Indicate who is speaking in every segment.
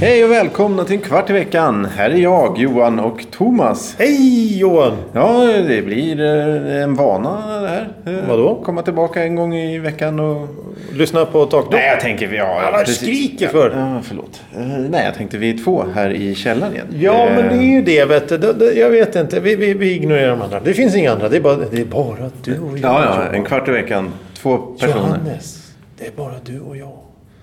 Speaker 1: Hej och välkomna till en kvart i veckan. Här är jag, Johan och Thomas.
Speaker 2: Hej Johan!
Speaker 1: Ja, det blir eh, en vana det här. Eh,
Speaker 2: Vadå?
Speaker 1: Komma tillbaka en gång i veckan och...
Speaker 2: Lyssna på takdockan.
Speaker 1: Nej, jag tänker... Ja,
Speaker 2: Vad
Speaker 1: precis.
Speaker 2: skriker för?
Speaker 1: Ja, förlåt. Eh, Nej, jag tänkte vi är två här i källaren igen.
Speaker 2: Ja,
Speaker 1: Eh,
Speaker 2: men det är ju det vet du. Det- det- Jag vet inte. Vi, vi, vi ignorerar de andra. Det finns inga andra. Det är bara, det är bara du och jag.
Speaker 1: Ja, ja, en kvart i veckan. Två personer.
Speaker 2: Johannes. Det är bara du och jag.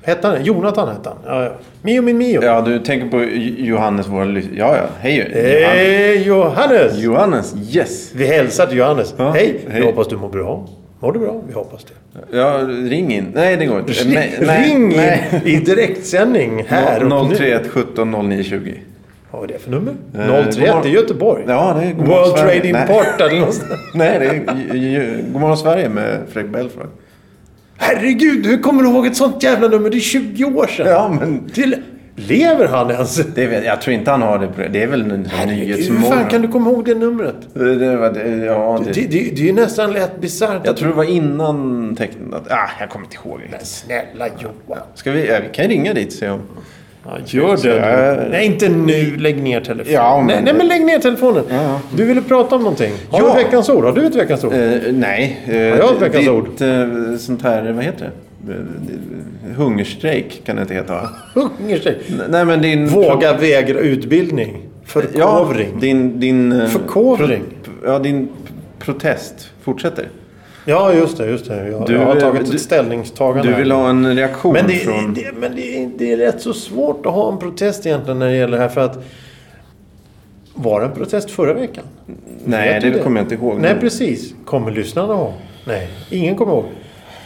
Speaker 2: Hette han det? Jonathan hette han. Ja, ja. Mio min Mio.
Speaker 1: Ja, du tänker på J- Johannes, vår ly- Ja, ja. Hej Johan-
Speaker 2: Hej Johannes!
Speaker 1: Johannes, yes!
Speaker 2: Vi hälsar till Johannes.
Speaker 1: Ja,
Speaker 2: Hej!
Speaker 1: hej.
Speaker 2: Vi hoppas du mår bra. Mår du bra? Vi hoppas det.
Speaker 1: Ja, ring in. Nej, det går inte. Eh, nej, nej,
Speaker 2: Ring in
Speaker 1: nej.
Speaker 2: i direktsändning här och nu.
Speaker 1: 031 17 09 20.
Speaker 2: Vad är det för nummer?
Speaker 1: god
Speaker 2: 031 i
Speaker 1: morgon.
Speaker 2: Göteborg.
Speaker 1: Eh, Ja, det är god morgon,
Speaker 2: World
Speaker 1: Sverige.
Speaker 2: Trade
Speaker 1: Nej.
Speaker 2: Import eller någonstans.
Speaker 1: Nej, det är ju- ju- Godmorgon Sverige med Fredrik Belfrage.
Speaker 2: Herregud, hur kommer du ihåg ett sånt jävla nummer? Det är 20 år sedan.
Speaker 1: Ja, men-
Speaker 2: Till... Lever han ens?
Speaker 1: Det är, väl- jag tror inte han har det på det. Det är väl en sån
Speaker 2: Hur fan
Speaker 1: nyhetsmorgon.
Speaker 2: kan du komma ihåg det numret?
Speaker 1: Det, det, var- det, ja,
Speaker 2: Det,
Speaker 1: det,
Speaker 2: det, det är ju nästan lätt bisarrt.
Speaker 1: Jag tror det var innan tecknat. Ah, jag kommer inte ihåg.
Speaker 2: Men Snälla Johan.
Speaker 1: Ska vi, ja, vi kan ju ringa dit och se om...
Speaker 2: Ja, gör det.
Speaker 1: Ja.
Speaker 2: Nej, inte nu. Lägg ner telefonen.
Speaker 1: Ja, men-
Speaker 2: Nej, nej, men lägg ner telefonen.
Speaker 1: ja.
Speaker 2: Du ville prata om någonting. Har
Speaker 1: Ja.
Speaker 2: du veckans ord? Har du ett veckans ord?
Speaker 1: Eh, nej. Uh,
Speaker 2: jag har ett veckans ord.
Speaker 1: sånt här, vad heter det? Eh, det- hungerstrejk kan det inte heta va?
Speaker 2: Hunger sig.
Speaker 1: N- Nej men din...
Speaker 2: Våga vägra utbildning.
Speaker 1: Ja,
Speaker 2: Förkovring.
Speaker 1: din... din eh,
Speaker 2: Förkovring.
Speaker 1: pro- Ja, din p- protest fortsätter.
Speaker 2: Ja, just det. Just det. Jag,
Speaker 1: Du,
Speaker 2: jag har
Speaker 1: eh,
Speaker 2: tagit
Speaker 1: du-
Speaker 2: ett ställningstagande.
Speaker 1: Du
Speaker 2: här.
Speaker 1: vill ha en reaktion
Speaker 2: Men, det,
Speaker 1: från...
Speaker 2: det, men det, det är rätt så svårt att ha en protest egentligen när det gäller det här. För att var det en protest förra veckan?
Speaker 1: Nej,
Speaker 2: Vet du
Speaker 1: det kommer jag inte ihåg.
Speaker 2: Nej, precis. Kommer lyssnarna ihåg? Nej, ingen kommer ihåg.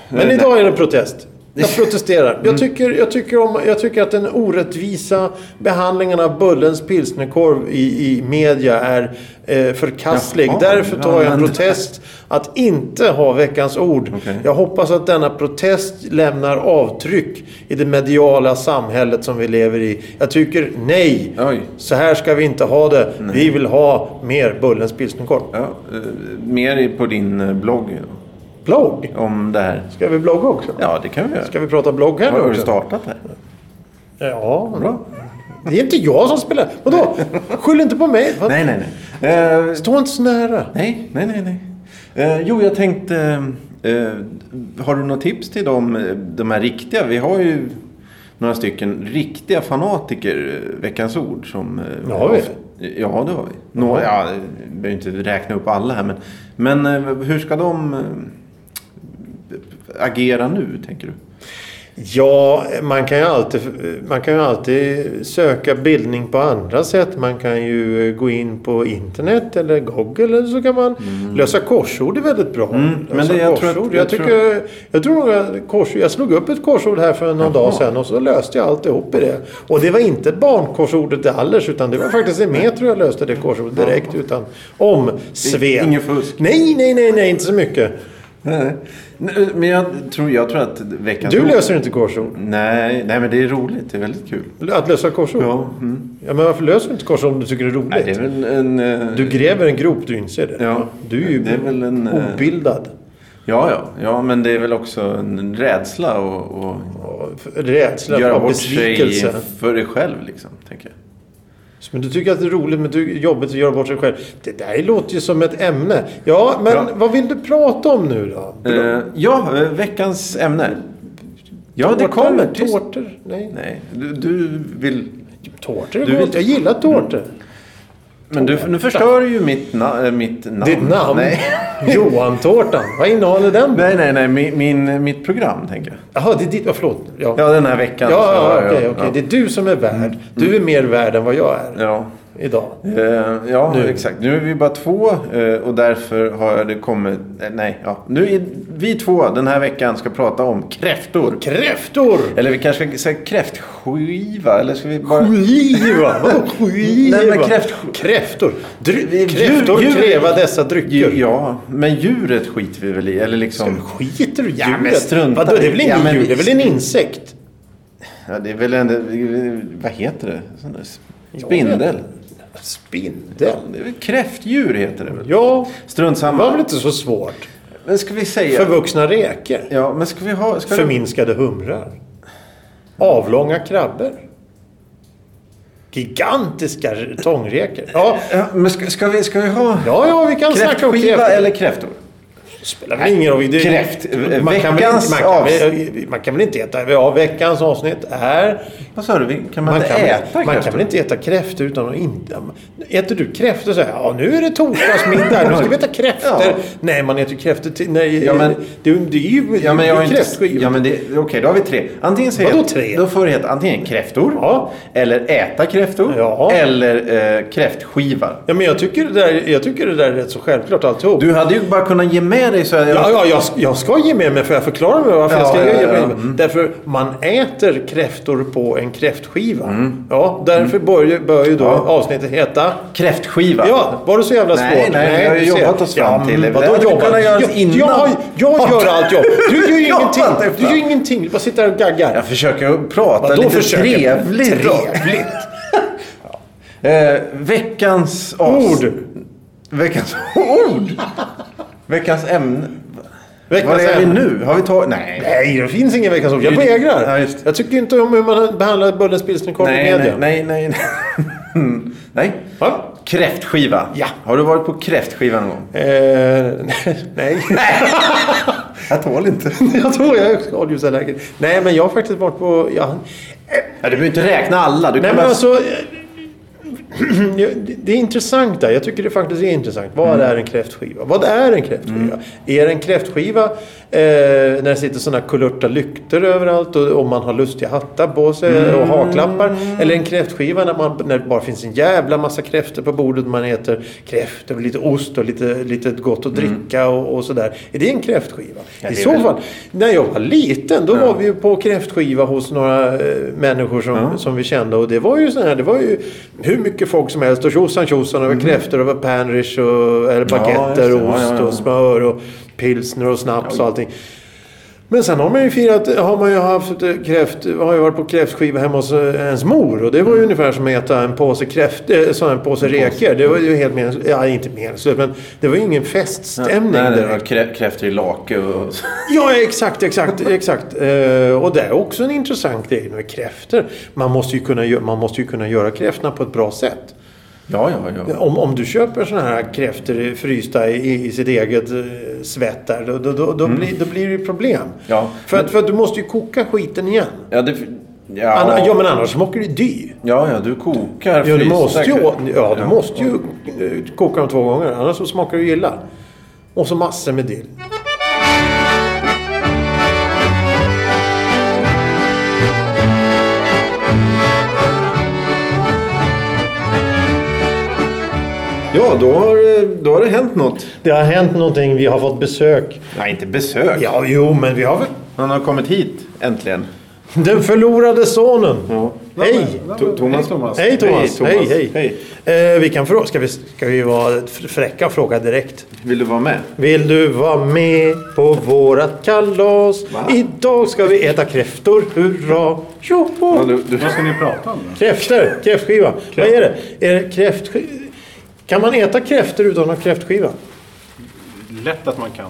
Speaker 2: Men
Speaker 1: Nej, Mm.
Speaker 2: idag är det protest. Jag protesterar. Jag tycker, jag, tycker om, jag tycker att den orättvisa behandlingen av Bullens pilsnerkorv i, i media är eh, förkastlig.
Speaker 1: Jaha,
Speaker 2: Därför tar jag en
Speaker 1: men-
Speaker 2: protest att inte ha veckans ord.
Speaker 1: Okej.
Speaker 2: Jag hoppas att denna protest lämnar avtryck i det mediala samhället som vi lever i. Jag tycker nej,
Speaker 1: Oj.
Speaker 2: så här ska vi inte ha det. Vi vill ha mer Bullens pilsnerkorv.
Speaker 1: Ja, eh, mer i- på din eh, blogg
Speaker 2: Blogg?
Speaker 1: om det här.
Speaker 2: Ska vi blogga också?
Speaker 1: Ja, det kan vi göra.
Speaker 2: Ska vi prata blogg här
Speaker 1: Har
Speaker 2: nu
Speaker 1: har du
Speaker 2: också?
Speaker 1: startat här?
Speaker 2: Ja,
Speaker 1: Bra.
Speaker 2: det är inte jag som spelar. Vadå? Skyll inte på mig. Vad-
Speaker 1: Nej, nej, nej. Eh,
Speaker 2: Stå inte så nära.
Speaker 1: nej, nej, nej. nej. Eh, jo, jag tänkte... eh, har du något tips till dem, eh, de här riktiga? Vi har ju några stycken riktiga fanatiker, eh, Veckans Ord. Som, eh,
Speaker 2: Ja, har vi.
Speaker 1: of- Ja, det har vi. Nå, ja, jag behöver inte räkna upp alla här, men, men eh, hur ska de eh, agera nu, tänker du?
Speaker 2: Ja, man kan, ju alltid, man kan ju alltid söka bildning på andra sätt. Man kan ju gå in på internet eller Google. Eller så kan man lösa korsord är väldigt bra.
Speaker 1: Mm. men
Speaker 2: Lösa
Speaker 1: det- jag tror att-
Speaker 2: korsord. jag,
Speaker 1: jag
Speaker 2: tycker,
Speaker 1: tror-
Speaker 2: jag tror nog att korsord, Jag slog upp ett korsord här för någon dag sedan och så löste jag alltihop i det. Och det var inte barnkorsordet alldeles utan det var faktiskt i Metro jag löste det korsordet direkt utan omsvep.
Speaker 1: Ingen fusk.
Speaker 2: Nej, nej, nej, nej, inte så mycket.
Speaker 1: Nej, nej, men jag tror, jag tror att veckans
Speaker 2: Du
Speaker 1: ord-
Speaker 2: löser inte korsord.
Speaker 1: Nej, nej, men det är roligt. Det är väldigt kul.
Speaker 2: Att lösa korsord?
Speaker 1: Ja, mm.
Speaker 2: Ja, men varför löser du inte korsord om du tycker det är roligt?
Speaker 1: nej, det är väl en... eh,
Speaker 2: Du gräver en grop, du inser det.
Speaker 1: Ja.
Speaker 2: Du är ju
Speaker 1: Det är väl en, eh,
Speaker 2: obildad.
Speaker 1: Ja, ja, ja, men det är väl också en rädsla och, och
Speaker 2: Ja, för- Rädsla
Speaker 1: göra
Speaker 2: av
Speaker 1: bort sig
Speaker 2: besvikelse.
Speaker 1: för dig själv, liksom, tänker jag.
Speaker 2: Men du tycker att det är roligt men du jobbigt att göra bort sig själv. Det där låter ju som ett ämne. Ja, men
Speaker 1: Ja.
Speaker 2: vad vill du prata om nu då?
Speaker 1: Eh, ja, eh, veckans ämne. Ja, det
Speaker 2: Tårtor?
Speaker 1: kommer. Tyst.
Speaker 2: Tårtor? Nej.
Speaker 1: Nej, du, du vill...
Speaker 2: Tårtor
Speaker 1: Du
Speaker 2: är
Speaker 1: vill- Mm.
Speaker 2: gott. Jag gillar tårtor.
Speaker 1: Men du, nu förstör du ju mitt, na- eh, mitt namn.
Speaker 2: Ditt namn?
Speaker 1: Nej,
Speaker 2: Johan-tårtan. Vad innehåller den?
Speaker 1: nej, nej, nej min, min, mitt program, tänker jag.
Speaker 2: Jaha, det är ditt. Ja, förlåt. Ja, ja,
Speaker 1: Ja, Mm. den här veckan. så-
Speaker 2: ja, okej. okej. Det är du som är värd. Du är mer värd än vad jag är
Speaker 1: ja.
Speaker 2: idag.
Speaker 1: Eh, ja,
Speaker 2: Nu.
Speaker 1: exakt. Nu är vi bara två eh, och därför har det kommit... eh, nej, ja. Nu är vi två den här veckan ska prata om kräftor.
Speaker 2: Kräftor!
Speaker 1: Eller vi kanske ska säga kräftskiva, eller ska vi bara...
Speaker 2: Skiva? Vadå skiva?
Speaker 1: Nej, men kräft-
Speaker 2: Kräftor. Dry-
Speaker 1: Djur-
Speaker 2: kräftor
Speaker 1: djur-
Speaker 2: kräva dessa drycker.
Speaker 1: Ja, men djuret skiter vi väl i, eller liksom...
Speaker 2: Skiter du i
Speaker 1: Ja, men
Speaker 2: djuret?
Speaker 1: strunta
Speaker 2: Vadå, det är väl
Speaker 1: i- ja,
Speaker 2: ingen
Speaker 1: men
Speaker 2: djur?
Speaker 1: vi-
Speaker 2: Det är väl en insekt?
Speaker 1: Ja, det är väl en... Vad heter det? Sån där s- Spindel?
Speaker 2: Spindel?
Speaker 1: Det är väl kräftdjur heter det väl?
Speaker 2: Ja,
Speaker 1: Strunt
Speaker 2: det var väl
Speaker 1: samma.
Speaker 2: inte så svårt.
Speaker 1: Men ska vi säga...
Speaker 2: Förvuxna räkor.
Speaker 1: Ja, men ska vi ha... Ska vi...
Speaker 2: Förminskade humrar. Avlånga krabbor. Gigantiska tångräkor. Ja,
Speaker 1: Ja, men ska, ska, vi, ska vi ha
Speaker 2: ja, ja vi kan snacka om
Speaker 1: kräftskiva
Speaker 2: kräftor.
Speaker 1: eller kräftor?
Speaker 2: Det spelar väl ingen roll. Det-
Speaker 1: Kräft-
Speaker 2: man kan, väl,
Speaker 1: veckans
Speaker 2: man, kan väl, man kan väl inte äta... Ja, veckans avsnitt är...
Speaker 1: Vad sa du? Vi- Kan man,
Speaker 2: Man
Speaker 1: inte
Speaker 2: kan,
Speaker 1: äta
Speaker 2: väl, man kan väl inte äta kräftor utan att inte... Äter du kräftor så här, ja nu är det torsdagsmiddag, nu ska vi äta kräftor.
Speaker 1: Ja.
Speaker 2: Nej, man äter kräftor till... Nej,
Speaker 1: Ja, men-
Speaker 2: det, är- det är ju
Speaker 1: Ja, men jag
Speaker 2: det
Speaker 1: har
Speaker 2: är ju
Speaker 1: inte...
Speaker 2: kräftskiva.
Speaker 1: Ja, men det... Okej, då har vi tre. Antingen så
Speaker 2: Vadå
Speaker 1: het-
Speaker 2: tre?
Speaker 1: Då får det heta antingen kräftor,
Speaker 2: Ja.
Speaker 1: eller äta kräftor,
Speaker 2: Ja.
Speaker 1: eller eh, kräftskiva.
Speaker 2: Ja, men jag tycker, det där, jag tycker det där är rätt så självklart alltihop.
Speaker 1: Du hade ju bara kunnat ge med dig så här...
Speaker 2: Ja, ja, jag, jag ska ge med mig för jag förklarar mig varför
Speaker 1: Ja,
Speaker 2: jag ska
Speaker 1: ja,
Speaker 2: ge
Speaker 1: ja, Mm.
Speaker 2: med mig.
Speaker 1: ja.
Speaker 2: Därför man äter kräftor på en kräftskiva. Ja, därför bör ju, bör ju då
Speaker 1: Mm. Ja.
Speaker 2: avsnittet heta
Speaker 1: Kräftskiva.
Speaker 2: Ja, var det så jävla svårt?
Speaker 1: Nej, nej, vi har ju
Speaker 2: du ser.
Speaker 1: jobbat oss fram
Speaker 2: ja,
Speaker 1: till det.
Speaker 2: det.
Speaker 1: Det
Speaker 2: Vadå
Speaker 1: hade
Speaker 2: jobbat?
Speaker 1: kunnat göras
Speaker 2: Jag,
Speaker 1: innan.
Speaker 2: jag, jag gör allt jobb. Du gör ju
Speaker 1: Jag
Speaker 2: ingenting.
Speaker 1: fattar
Speaker 2: Du gör
Speaker 1: inte.
Speaker 2: ju ingenting. Du bara sitter här och gaggar.
Speaker 1: Jag försöker prata
Speaker 2: Vadå
Speaker 1: lite
Speaker 2: försöker?
Speaker 1: trevligt. då.
Speaker 2: Trevligt.
Speaker 1: Eh, veckans avs-
Speaker 2: Ord.
Speaker 1: Veckans ord. Veckans ämne.
Speaker 2: Veckans
Speaker 1: Var är vi
Speaker 2: ämne.
Speaker 1: nu? Har vi tagit... Nej.
Speaker 2: Nej, det finns ingen Veckans ord. Jag
Speaker 1: Ja,
Speaker 2: vägrar.
Speaker 1: just det.
Speaker 2: jag tycker inte om hur man behandlar Bullens pilsnerkorv i
Speaker 1: Nej,
Speaker 2: media.
Speaker 1: nej, nej, nej. nej. nej.
Speaker 2: Va?
Speaker 1: Kräftskiva.
Speaker 2: Ja.
Speaker 1: Har du varit på kräftskiva någon gång?
Speaker 2: Eh, nej.
Speaker 1: Jag tål inte.
Speaker 2: jag tror jag är skadedjursallergiker. Nej, men jag har faktiskt varit på... Ja,
Speaker 1: Ja, du behöver inte räkna alla. Du
Speaker 2: Nej
Speaker 1: kan
Speaker 2: men
Speaker 1: bara...
Speaker 2: alltså... eh, Det är intressant där. Jag tycker det faktiskt är intressant. Vad är en kräftskiva? Vad är en kräftskiva? Är en kräftskiva eh, när det sitter sådana kulörta lyktor överallt och, och man har lustiga hattar på sig och haklappar? Eller en kräftskiva när, man, när det bara finns en jävla massa kräftor på bordet och man äter kräftor och lite ost och lite, lite gott att dricka och, och sådär. Är Mm. det en kräftskiva?
Speaker 1: Ja,
Speaker 2: I
Speaker 1: det är
Speaker 2: så
Speaker 1: väl-
Speaker 2: fall, när jag var liten då var vi ju på kräftskiva hos några eh, människor som, som vi kände. Och det var ju sån här, det var ju hur mycket folk som helst. Och tjosan tjosan, det var kräftor, det var panrish och eller
Speaker 1: Mm. Ja,
Speaker 2: baguetter
Speaker 1: just det.
Speaker 2: och
Speaker 1: Ja,
Speaker 2: ost
Speaker 1: ja, ja.
Speaker 2: och smör och pilsner och snaps och allting. Men sen har man ju firat, har man ju haft eh, kräft, har ju varit på kräftskiva hemma hos eh, ens mor. Och det var ju
Speaker 1: Mm.
Speaker 2: ungefär som att äta en påse kräft, eh, så en påse räkor. Det var ju helt meningslöst, ja inte meningslöst men det var ju ingen feststämning
Speaker 1: Nej, nej,
Speaker 2: direkt.
Speaker 1: nej. Krä- Kräftor i lake och...
Speaker 2: Ja, exakt, exakt, exakt. Eh, och det är också en intressant grej med kräftor. Man måste ju kunna, gö- man måste ju kunna göra kräftorna på ett bra sätt.
Speaker 1: Ja, ja, ja.
Speaker 2: Om, om du köper sådana här kräftor frysta i, i sitt eget eh, svett där, då, då, då, då, blir, då blir det ju problem.
Speaker 1: Ja.
Speaker 2: För, att, för att du måste ju koka skiten igen.
Speaker 1: Ja, det...
Speaker 2: Anna,
Speaker 1: Ja,
Speaker 2: ja, men annars smakar det dy.
Speaker 1: ja, ja, du kokar
Speaker 2: Ja, du
Speaker 1: frysta
Speaker 2: måste ju,
Speaker 1: krä-
Speaker 2: ja, du måste ju eh, koka dem två gånger, annars så smakar det ju illa. Och så massor med dill.
Speaker 1: Ja, då har, eh, då har det hänt något.
Speaker 2: Det har hänt någonting, vi har fått besök.
Speaker 1: Nej, inte besök.
Speaker 2: Ja, jo, men vi har väl...
Speaker 1: Han har kommit hit, äntligen.
Speaker 2: Den förlorade sonen. Hej!
Speaker 1: To- Thomas. Thomas.
Speaker 2: Hej Thomas! Hej,
Speaker 1: Thomas.
Speaker 2: hej! Eh, vi kan fråga, ska, vi, ska vi vara fr- fräcka och fråga direkt?
Speaker 1: Vill du vara med?
Speaker 2: Vill du vara med på vårat kalas?
Speaker 1: Va?
Speaker 2: Idag ska vi äta kräftor, hurra! Tjoho!
Speaker 1: Ja, du, du...
Speaker 3: Vad ska ni prata om då?
Speaker 2: Kräftor, kräftskiva. Vad är det? Är det kräft... Kan man äta kräftor utan att ha kräftskiva?
Speaker 3: Lätt att man kan.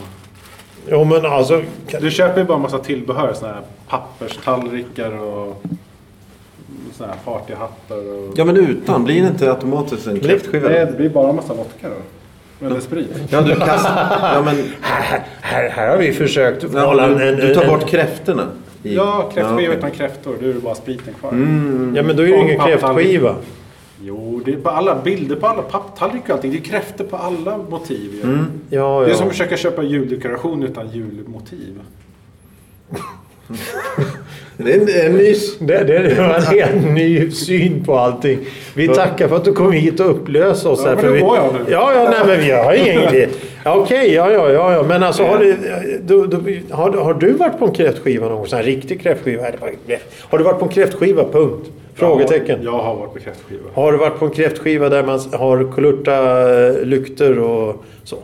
Speaker 2: Jo men alltså... kan-
Speaker 3: Du köper ju bara en massa tillbehör. Såna här papperstallrikar och såna här partyhattar. Och...
Speaker 1: Ja, men utan. Blir det inte automatiskt en kräftskiva?
Speaker 3: Nej, det blir bara en massa vodka då. Eller sprit.
Speaker 1: Ja, du kastar... Ja, men...
Speaker 2: Här, här, här har vi försökt
Speaker 1: Ja,
Speaker 2: hålla en,
Speaker 1: du,
Speaker 2: en,
Speaker 1: du tar
Speaker 2: en,
Speaker 1: bort kräftorna. i-
Speaker 3: Ja, kräftskiva
Speaker 1: okej.
Speaker 3: utan kräftor. Då är det bara spriten kvar.
Speaker 2: Ja men då är det ju ingen
Speaker 3: Papptallrik.
Speaker 2: kräftskiva.
Speaker 3: Jo, det är på alla bilder på alla papptallrikar och allting. Det är kräftor på alla motiv ju.
Speaker 2: Ja, ja.
Speaker 3: Det är som att försöka köpa juldekoration utan julmotiv.
Speaker 1: Det är en, en ny... s-
Speaker 2: Det, det, det var en helt ny syn på allting. Vi tackar för att du kom hit och upplös oss.
Speaker 3: Ja,
Speaker 2: här,
Speaker 3: men
Speaker 2: för
Speaker 3: nu
Speaker 2: vi,
Speaker 3: går jag nu.
Speaker 2: Ja, ja, nej, men vi har ingen idé. Ja, Okej, ja, ja, ja, ja. Men alltså, har du, du, du, har, har du varit på en kräftskiva någon gång? Sån här riktig kräftskiva? Eller bara- Har du varit på en kräftskiva? Punkt. Frågetecken.
Speaker 3: Jag har varit på kräftskiva.
Speaker 2: Har du varit på en kräftskiva där man har kulörta eh, lyktor och så?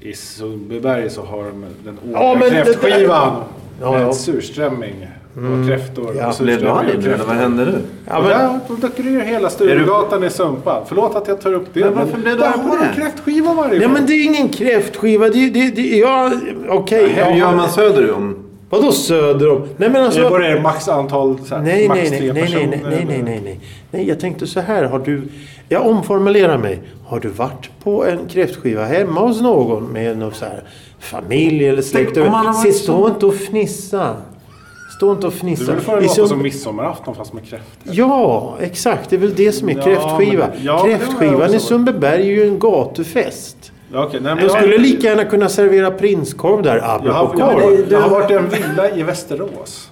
Speaker 3: I Sundbyberg så har de den
Speaker 2: Ja,
Speaker 3: åka
Speaker 2: men det där-
Speaker 3: kräftskivan
Speaker 2: Ja,
Speaker 3: med
Speaker 2: ja.
Speaker 3: surströmming. Och kräftor.
Speaker 2: Ja,
Speaker 3: och
Speaker 1: Blev du arg nu eller vad hände nu?
Speaker 2: Ja,
Speaker 3: men,
Speaker 2: men,
Speaker 3: där, då dök du ner hela Sturegatan i Sumpa. Förlåt att jag tar upp det.
Speaker 1: Men varför blev du
Speaker 3: där
Speaker 1: arg på
Speaker 3: har du
Speaker 1: det?
Speaker 3: en kräftskiva varje
Speaker 2: nej,
Speaker 3: gång.
Speaker 2: men det är ingen kräftskiva. Det, det, det, ja, okej.
Speaker 1: Hur
Speaker 2: ja,
Speaker 1: gör man söder om?
Speaker 2: Vadå söder om? Nej, men alltså...
Speaker 3: Det är bara det max antal, så här,
Speaker 2: Nej,
Speaker 3: max
Speaker 2: nej, nej,
Speaker 3: tre
Speaker 2: nej, nej,
Speaker 3: personer.
Speaker 2: nej, nej, nej, nej, nej. Nej, jag tänkte så här. Har du... Jag omformulerar mig. Har du varit på en kräftskiva hemma hos någon med någon så här familj eller släkt?
Speaker 1: Tänk om alla
Speaker 2: Se,
Speaker 1: varit
Speaker 2: Stå inte och fnissa. Stå inte och
Speaker 3: Du
Speaker 2: fnissa.
Speaker 3: vill få
Speaker 2: I
Speaker 3: det att
Speaker 2: så-
Speaker 3: låta som midsommarafton fast med kräftor.
Speaker 2: Ja, exakt. Det är väl det som är
Speaker 3: Ja,
Speaker 2: kräftskiva.
Speaker 3: men- ja, det var jag
Speaker 2: Kräftskivan
Speaker 3: också.
Speaker 2: i Sundbyberg är ju en gatufest.
Speaker 3: Ja, okej, nej, men
Speaker 2: De
Speaker 3: jag-
Speaker 2: skulle lika gärna kunna servera prinskorv där,
Speaker 3: Jag har,
Speaker 2: apropå
Speaker 3: jag,
Speaker 2: korv.
Speaker 3: har, jag har varit i en villa i Västerås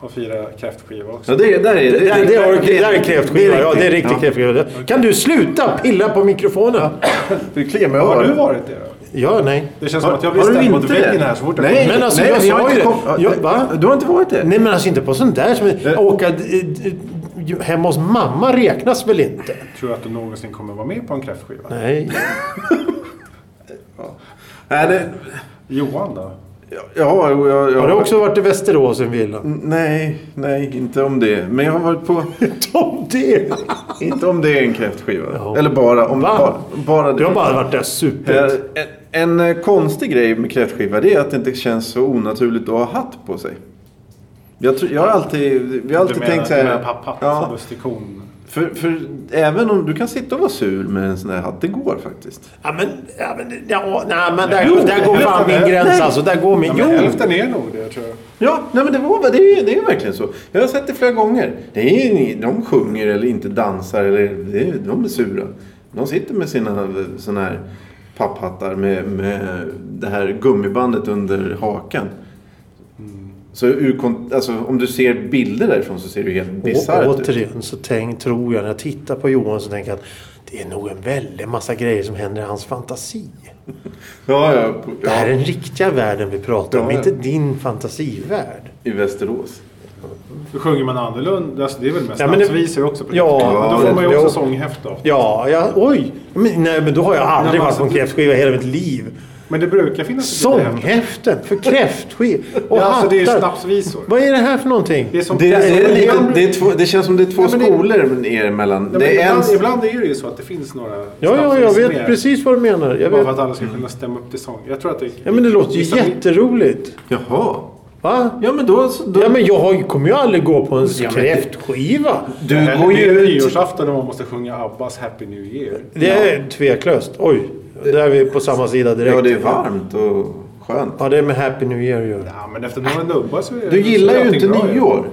Speaker 3: och firat kräftskiva också.
Speaker 1: Ja, det, där är,
Speaker 2: Det, det, det, har- det där är kräftskiva.
Speaker 1: det är
Speaker 2: Ja, det är
Speaker 1: riktigt.
Speaker 2: riktig kräftskiva. Kan du sluta pilla på mikrofonen?
Speaker 1: Du kliar mig
Speaker 3: Har
Speaker 1: över.
Speaker 3: du varit det då?
Speaker 2: Ja, nej.
Speaker 3: Det känns
Speaker 1: Har-
Speaker 3: som att jag blir
Speaker 1: har du
Speaker 3: ställd mot
Speaker 1: inte
Speaker 3: väggen
Speaker 1: det?
Speaker 3: här så fort jag
Speaker 1: Nej,
Speaker 2: Men alltså,
Speaker 1: nej,
Speaker 2: jag
Speaker 1: vi har
Speaker 2: sa
Speaker 1: inte
Speaker 2: ju det.
Speaker 1: kom-
Speaker 2: Jag- va?
Speaker 1: Du har inte varit det?
Speaker 2: Nej, men alltså inte på sånt där som...
Speaker 1: Eh.
Speaker 2: Åka eh, hem hos mamma räknas väl inte?
Speaker 3: Tror du att du någonsin kommer vara med på en kräftskiva?
Speaker 2: Nej.
Speaker 1: Nej, det,
Speaker 3: Johan då?
Speaker 1: ja, jag, jag, jag,
Speaker 2: Har du också varit i Västerås en villa?
Speaker 1: Mm. Nej, nej, inte om det. Men jag har varit på...
Speaker 2: Tom det!
Speaker 1: inte om det är en kräftskiva.
Speaker 2: Ja.
Speaker 1: Eller bara om...
Speaker 2: Va?
Speaker 1: Bara, bara det.
Speaker 2: Du har bara varit där
Speaker 3: Typ.
Speaker 1: Eh,
Speaker 2: supert.
Speaker 1: En, en eh, konstig grej med kräftskiva det är att det inte känns så onaturligt att ha hatt på sig. Jag, tror, jag har alltid, vi har alltid
Speaker 3: du menar,
Speaker 1: tänkt så här...
Speaker 3: Du menar pappa? Ja.
Speaker 1: ja,
Speaker 3: Lustikon?
Speaker 1: för, för även om du kan sitta och vara sur med en sån här hatt, det går faktiskt.
Speaker 2: Ja, men... Ja, men, ja, nej, men där,
Speaker 3: Jo,
Speaker 2: där går fan min
Speaker 3: nej.
Speaker 2: gräns alltså. Där går min...
Speaker 3: Ja, men
Speaker 2: Jo!
Speaker 3: hälften är nog det tror jag.
Speaker 1: Ja, nej men det, var, det, är, det är verkligen så. Jag har sett det flera gånger. Det är, de sjunger eller inte dansar. Eller, det är, de är sura. De sitter med sina såna här papphattar med, med det här gummibandet under hakan. Så ur, kon- alltså, om du ser bilder därifrån så ser det ju helt
Speaker 2: Och
Speaker 1: bisarrt ut.
Speaker 2: återigen så tänk, tror jag, när jag tittar på Johan så tänker jag att det är nog en väldig massa grejer som händer i hans fantasi.
Speaker 1: Ja, ja,
Speaker 2: Det här är
Speaker 1: ja,
Speaker 2: den riktiga världen vi pratar om,
Speaker 1: Ja, ja.
Speaker 2: inte din fantasivärld.
Speaker 1: i Västerås.
Speaker 3: Då sjunger man annorlunda. Alltså, det är väl mest
Speaker 2: Ja, men det-
Speaker 3: dansvisor också? På
Speaker 2: Ja,
Speaker 3: kräftskiva. Men då
Speaker 1: ja,
Speaker 3: får man ju
Speaker 2: det-
Speaker 3: också sånghäfte av.
Speaker 2: Ja, ja oj! Men, nej, men då har jag
Speaker 3: Nej,
Speaker 2: aldrig
Speaker 3: men
Speaker 2: varit på en
Speaker 3: alltså-
Speaker 2: kräftskiva i hela mitt liv.
Speaker 3: Men det brukar finnas ett litet häfte.
Speaker 2: Sånghäften för kräftskiv och
Speaker 3: Ja, alltså, det är ju
Speaker 2: hattar.
Speaker 3: snapsvisor.
Speaker 2: Vad är det här för någonting?
Speaker 3: Det är som
Speaker 1: Det, det, är lite,
Speaker 3: ibland-
Speaker 1: det, är två, det känns som det är två
Speaker 3: Ja, men det-
Speaker 1: skolor er emellan.
Speaker 3: Ja, men
Speaker 1: det är en...
Speaker 3: ibland, ibland är det ju så att det finns några
Speaker 2: Ja, ja, jag
Speaker 3: snapsvisor
Speaker 2: vet
Speaker 3: mer.
Speaker 2: precis vad du menar. Jag
Speaker 3: Bara för att
Speaker 2: vet.
Speaker 3: alla ska kunna stämma upp till sång. Jag tror att det...
Speaker 2: Ja, men det låter ju jätteroligt.
Speaker 1: Jaha.
Speaker 2: Va?
Speaker 1: Ja, men då... då
Speaker 2: Ja, men jag har ju- kommer ju aldrig gå på en kräftskiva.
Speaker 1: du
Speaker 3: går
Speaker 1: går ju
Speaker 3: Det är
Speaker 1: ut...
Speaker 3: nyårsaften när man måste sjunga Abbas Happy New Year.
Speaker 2: Det är tveklöst. Oj, där är vi på samma sida direkt.
Speaker 1: Ja, det är varmt och skönt.
Speaker 2: Ja, det är med Happy New Year att göra.
Speaker 3: Ja, men efter några nubbar så är
Speaker 1: Du gillar
Speaker 3: så är
Speaker 1: ju inte
Speaker 3: allting bra, ju.
Speaker 1: nyår.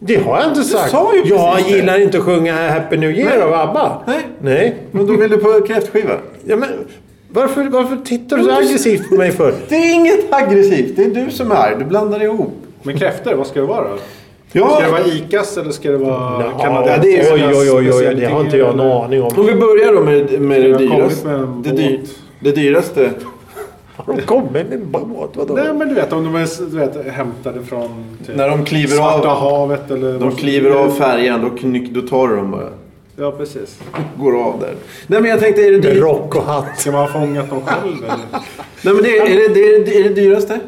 Speaker 2: Det har jag inte sagt.
Speaker 1: sa ju
Speaker 2: jag
Speaker 1: precis det.
Speaker 2: gillar inte att sjunga Happy New Year av ABBA.
Speaker 1: Nej.
Speaker 2: Nej.
Speaker 1: Men då vill du på kräftskiva.
Speaker 2: Ja, men, varför, varför tittar du så aggressivt på mig för?
Speaker 1: Det är inget aggressivt. Det är du som är arg. Du blandar ihop.
Speaker 3: Men kräftor, vad ska det vara då? Ska det
Speaker 1: Ja,
Speaker 3: vara ICAs eller ska det vara
Speaker 2: Ja, det är, oj, oj, oj, oj, det har inte jag en aning om.
Speaker 1: om vi börjar då med, med det
Speaker 3: Jag har kommit
Speaker 1: dyraste.
Speaker 3: med en
Speaker 1: Det, dy,
Speaker 3: båt.
Speaker 1: det dyraste.
Speaker 2: Har de kommit med en båt? Vadå?
Speaker 3: Nej men du vet om de är du vet, hämtade från typ,
Speaker 1: När de kliver
Speaker 3: Svarta
Speaker 1: av-
Speaker 3: havet eller...
Speaker 1: De kliver av färjan. Då, knyck, då tar de bara.
Speaker 3: Ja precis.
Speaker 1: Går av där. Nej, men jag tänkte, är det,
Speaker 2: Med
Speaker 1: dyr,
Speaker 2: rock och hatt.
Speaker 3: Ska man ha fångat dem själv eller?
Speaker 1: nej, men det, är, det, är, det, är det dyraste?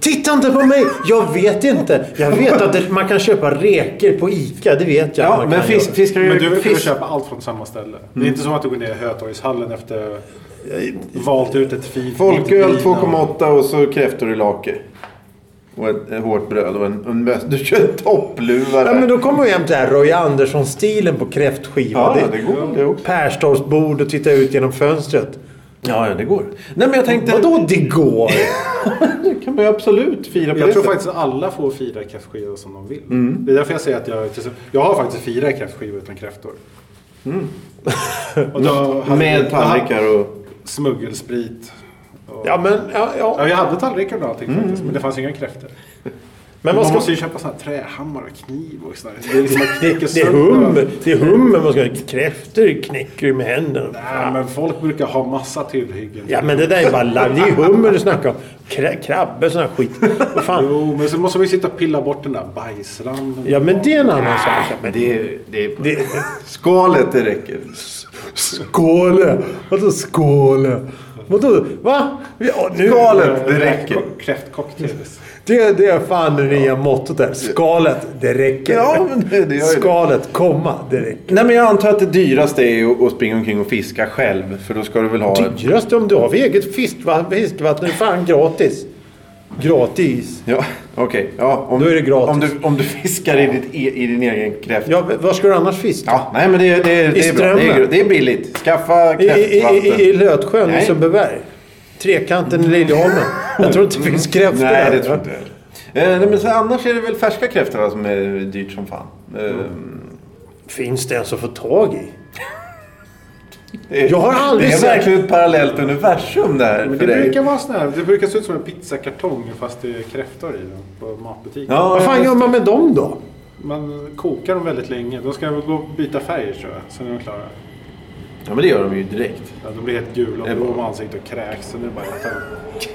Speaker 2: Titta inte på mig! Jag vet inte. Jag vet att det, man kan köpa reker på ICA. Det vet jag. att
Speaker 1: Ja,
Speaker 2: man
Speaker 1: men
Speaker 2: kan
Speaker 1: fisk,
Speaker 2: göra.
Speaker 1: fiskar
Speaker 3: Men du vill kunna
Speaker 1: fisk.
Speaker 3: köpa allt från samma ställe.
Speaker 1: Mm.
Speaker 3: Det är inte som att du går ner i Hötorgshallen efter... Valt ut ett fint...
Speaker 1: Folköl
Speaker 3: vitt vin och-
Speaker 1: 2,8 och så kräftor i lake. Och ett, ett hårt bröd och en, en möss. Du kör en toppluva
Speaker 2: Ja,
Speaker 1: där.
Speaker 2: men då kommer vi hem till det här Roy Andersson-stilen på kräftskiva.
Speaker 1: Ja,
Speaker 2: Det-
Speaker 1: det går det också.
Speaker 2: Perstorps bord och titta ut genom fönstret.
Speaker 1: Ja, ja, det går. Nej, men jag tänkte...
Speaker 2: Vadå det går?
Speaker 1: Det kan man ju absolut fira på
Speaker 3: Jag
Speaker 1: det
Speaker 3: tror
Speaker 1: sättet.
Speaker 3: faktiskt att alla får fira kräftskivor som de vill.
Speaker 2: Mm.
Speaker 3: Det är därför jag säger att jag... Jag har faktiskt fyra kräftskivor utan kräftor.
Speaker 2: Mm.
Speaker 3: Och då hade-
Speaker 1: Med tallrikar och...
Speaker 3: Smuggelsprit. Och...
Speaker 2: Ja, men, ja, ja.
Speaker 3: Ja, jag hade tallrikar och allting faktiskt, men det fanns inga kräftor.
Speaker 2: Mm. men
Speaker 3: Man
Speaker 2: vad ska...
Speaker 3: måste ju köpa såna här trähammare och kniv och sådär. Det är liksom att
Speaker 2: Det,
Speaker 3: knäcka
Speaker 2: det är
Speaker 3: sönder.
Speaker 2: hummer. Det är hummer man ska Kräftor knäcker ju med händerna.
Speaker 3: Nej, men folk brukar ha massa tillhyggen.
Speaker 2: Ja, men det där är bara larv. Det är hummer du snackar om. Kra, krabbor och sån här skit. Vad fan.
Speaker 3: Jo, men så måste man ju sitta och pilla bort den där bajsranden.
Speaker 2: Ja, men det är en annan sak.
Speaker 1: Men det är... Det är...
Speaker 2: Det,
Speaker 1: Skalet, det räcker.
Speaker 2: skåle! Vadå skåle? Vadå? Va? Ja, nu,
Speaker 1: Skalet, det räcker.
Speaker 3: Kräftcocktails.
Speaker 2: Det, det är fan det nya mottot där. Skalet, det räcker.
Speaker 1: Ja, men det- det gör ju det.
Speaker 2: Skalet, komma, det räcker.
Speaker 1: Nej, men jag antar att det dyraste är ju att springa omkring och fiska själv. För då ska du väl ha...
Speaker 2: Typ. Dyrast om du har eget fiskvatten. Fiskvatten är fan gratis. Gratis.
Speaker 1: Ja, okej. Ja, om,
Speaker 2: Då är det gratis.
Speaker 1: Om du, om du fiskar i, ditt, e- i din egen kräft...
Speaker 2: Ja, v- var ska du annars fiska?
Speaker 1: Ja, nej men det, det, det, är, bra. Det, är,
Speaker 2: strömmen.
Speaker 1: det är billigt. Skaffa
Speaker 2: I, i,
Speaker 1: kräftvatten.
Speaker 2: i, i Lötsjön
Speaker 1: Nej.
Speaker 2: i Sundbyberg? Trekanten i Liljeholmen? Jag tror inte det finns kräftor
Speaker 1: Nej,
Speaker 2: där,
Speaker 1: det tror
Speaker 2: va?
Speaker 1: jag inte eh, nej, men så annars är det väl färska kräftor va, som är dyrt som fan. Eh,
Speaker 2: Mm. Finns det ens att få tag i?
Speaker 1: det är-
Speaker 2: Jag har aldrig
Speaker 1: eh, Det är
Speaker 2: sett-
Speaker 1: verkligen ett parallellt universum det här
Speaker 3: Men
Speaker 1: för
Speaker 3: det
Speaker 1: dig.
Speaker 3: brukar vara sån här, det brukar se ut som en pizzakartong fast det är kräftor i den på matbutiken.
Speaker 1: Ja.
Speaker 2: Vad fan gör man med dem då?
Speaker 3: Man kokar dem väldigt länge. De ska väl gå och byta färg tror jag, sen är de klara.
Speaker 1: Ja, men det gör de ju direkt.
Speaker 3: Ja, de blir helt gula
Speaker 1: Det är
Speaker 3: och blå om ansiktet och kräks. Sen är det bara att äta dem.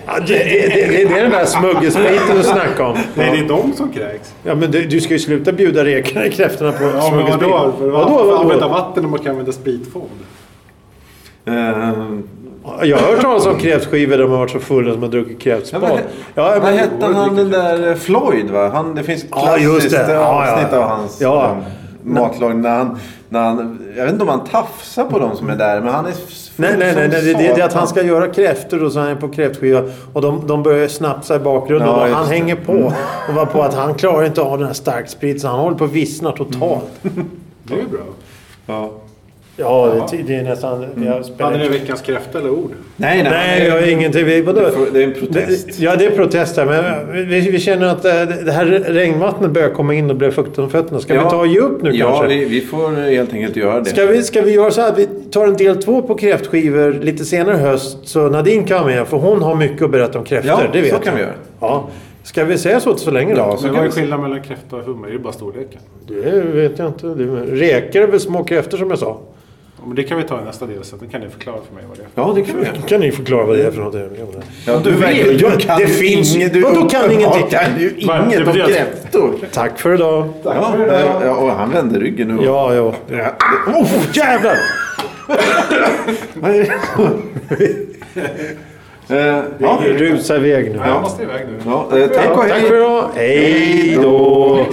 Speaker 2: Ja, det, det, det, det är den där smuggelspiten du snackar om.
Speaker 3: Nej, det är de som kräks.
Speaker 2: Ja, men du, du ska ju sluta bjuda rekarna kräftorna på
Speaker 3: Ja, men
Speaker 2: smuggelspiten.
Speaker 3: vadå? För
Speaker 2: Vadå,
Speaker 3: vadå,
Speaker 2: vadå?
Speaker 3: Använda vatten när man kan använda spritfond.
Speaker 1: Eh,
Speaker 2: Jag har hört talas om kräftskivor där de har varit så fulla som har druckit
Speaker 1: Ja,
Speaker 2: kräftspad.
Speaker 1: men,
Speaker 2: Ja,
Speaker 1: vad
Speaker 2: men-
Speaker 1: hette han den där eh, Floyd va? Han, det finns ett
Speaker 2: Ja, just
Speaker 1: klassiskt
Speaker 2: det. Ja, ja.
Speaker 1: avsnitt av hans
Speaker 2: Ja.
Speaker 1: eh, matlag. När han, när han, jag vet inte om han tafsar på de som är där, men han är f-
Speaker 2: Nej, nej, nej. nej det, det, det är att han
Speaker 1: satan.
Speaker 2: ska göra kräftor och så är han på kräftskiva. Och de, de börjar snapsa i bakgrunden
Speaker 1: Ja,
Speaker 2: och
Speaker 1: just
Speaker 2: han
Speaker 1: det.
Speaker 2: hänger på. Och var på att han klarar inte av den här starkspriten så han håller på att vissna totalt.
Speaker 1: Mm.
Speaker 3: Det är ju bra.
Speaker 1: Ja.
Speaker 2: Ja, det, det är nästan... Vi
Speaker 1: Mm.
Speaker 2: har spelat-
Speaker 3: Hade ni veckans kräfta eller ord?
Speaker 1: Nej, nej.
Speaker 2: Nej, jag har ingenting. Vi, vadå?
Speaker 1: Det är för- det är en protest.
Speaker 2: Det- Ja, det är protest här. Men vi, vi känner att eh, det här regnvattnet börjar komma in och blir fuktigt om fötterna. Ska vi ta och ge upp nu
Speaker 1: ja,
Speaker 2: kanske?
Speaker 1: Ja, vi, vi får helt enkelt göra det.
Speaker 2: Ska vi, ska vi göra så här att vi tar en del två på kräftskivor lite senare i höst så Nadine kan vara med för hon har mycket att berätta om kräftor.
Speaker 1: Ja,
Speaker 2: det vet
Speaker 1: så kan
Speaker 2: jag.
Speaker 1: vi göra.
Speaker 2: Ja. Ska vi säga så så länge då?
Speaker 1: Ja, så kan
Speaker 3: Men vad är
Speaker 1: vi...
Speaker 3: skillnaden mellan kräfta och hummer? Det är ju bara storleken.
Speaker 2: Det vet jag inte. Det är- Räkor är väl små kräftor som jag sa.
Speaker 3: Ja, Men det kan vi ta i nästa del, så då kan ni förklara för mig vad det är.
Speaker 1: Ja, det kan vi göra.
Speaker 2: Kan ni förklara vad det är för någonting?
Speaker 1: Ja, du verkar-
Speaker 2: vet, jag-
Speaker 1: du kan
Speaker 2: det
Speaker 1: ju
Speaker 2: finns-
Speaker 1: inget- du-
Speaker 2: vadå kan ingenting?
Speaker 1: Ja, kan ju
Speaker 3: Va? Det
Speaker 1: inget om
Speaker 3: betyder att-
Speaker 1: kräftor.
Speaker 2: Tack för idag.
Speaker 1: Ja, ja, och han vände ryggen nu.
Speaker 2: Ja, ja.
Speaker 1: Ja.
Speaker 2: Oh, jävlar!
Speaker 1: Eh, ja.
Speaker 2: Rusa iväg nu.
Speaker 3: Jag måste iväg nu.
Speaker 1: Ja, eh, tack och
Speaker 2: Tack
Speaker 1: hej.
Speaker 2: för idag. Hej då!